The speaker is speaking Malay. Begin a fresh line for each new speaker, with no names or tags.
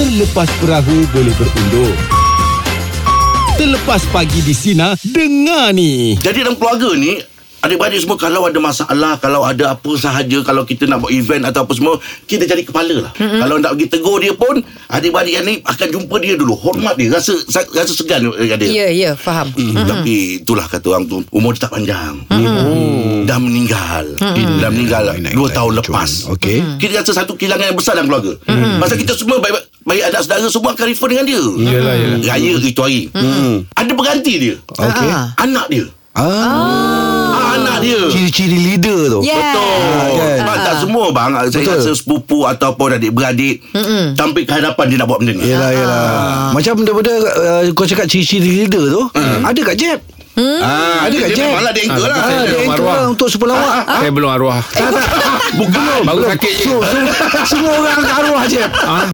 Terlepas perahu boleh berundur. Terlepas pagi di Sina, dengar ni.
Jadi dalam keluarga ni Adik-beradik semua kalau ada masalah Kalau ada apa sahaja Kalau kita nak buat event atau apa semua Kita cari kepala lah mm-hmm. Kalau nak pergi tegur dia pun Adik-beradik yang ni akan jumpa dia dulu Hormat dia Rasa sa- rasa segan dengan dia
Ya, ya, faham.
Hmm, mm-hmm. Tapi itulah kata orang tu Umur dia tak panjang mm-hmm. oh. Dah meninggal mm-hmm. Dah meninggal
Naik-naik
Dua tahun
lagi,
lepas
Cun. Okey.
mm-hmm. Kita rasa satu kehilangan yang besar dalam keluarga mm-hmm. Masa kita semua baik, baik anak saudara Semua akan refer dengan dia
Yalah, yalah.
Raya itu hari mm-hmm. Ada pengganti dia
Okey.
Ah.
Anak dia
Ah,
ah, Anak dia
ciri-ciri leader tu.
Yeah.
Betul.
kan?
Sebab tak semua bang. Saya
Betul.
rasa sepupu ataupun adik-beradik tampil ke hadapan dia nak buat benda ni.
Yelah, yelah. Macam daripada uh, kau cakap ciri-ciri leader tu, ada kat Jeb.
Ah,
Ada kat
dia
Jeb.
memang lah dia anchor lah.
Ah, dia anchor
arwah.
lah untuk super
ah.
lawak.
Saya belum arwah.
Tak, tak. Bukan.
Baru sakit je.
Semua orang arwah Jeb.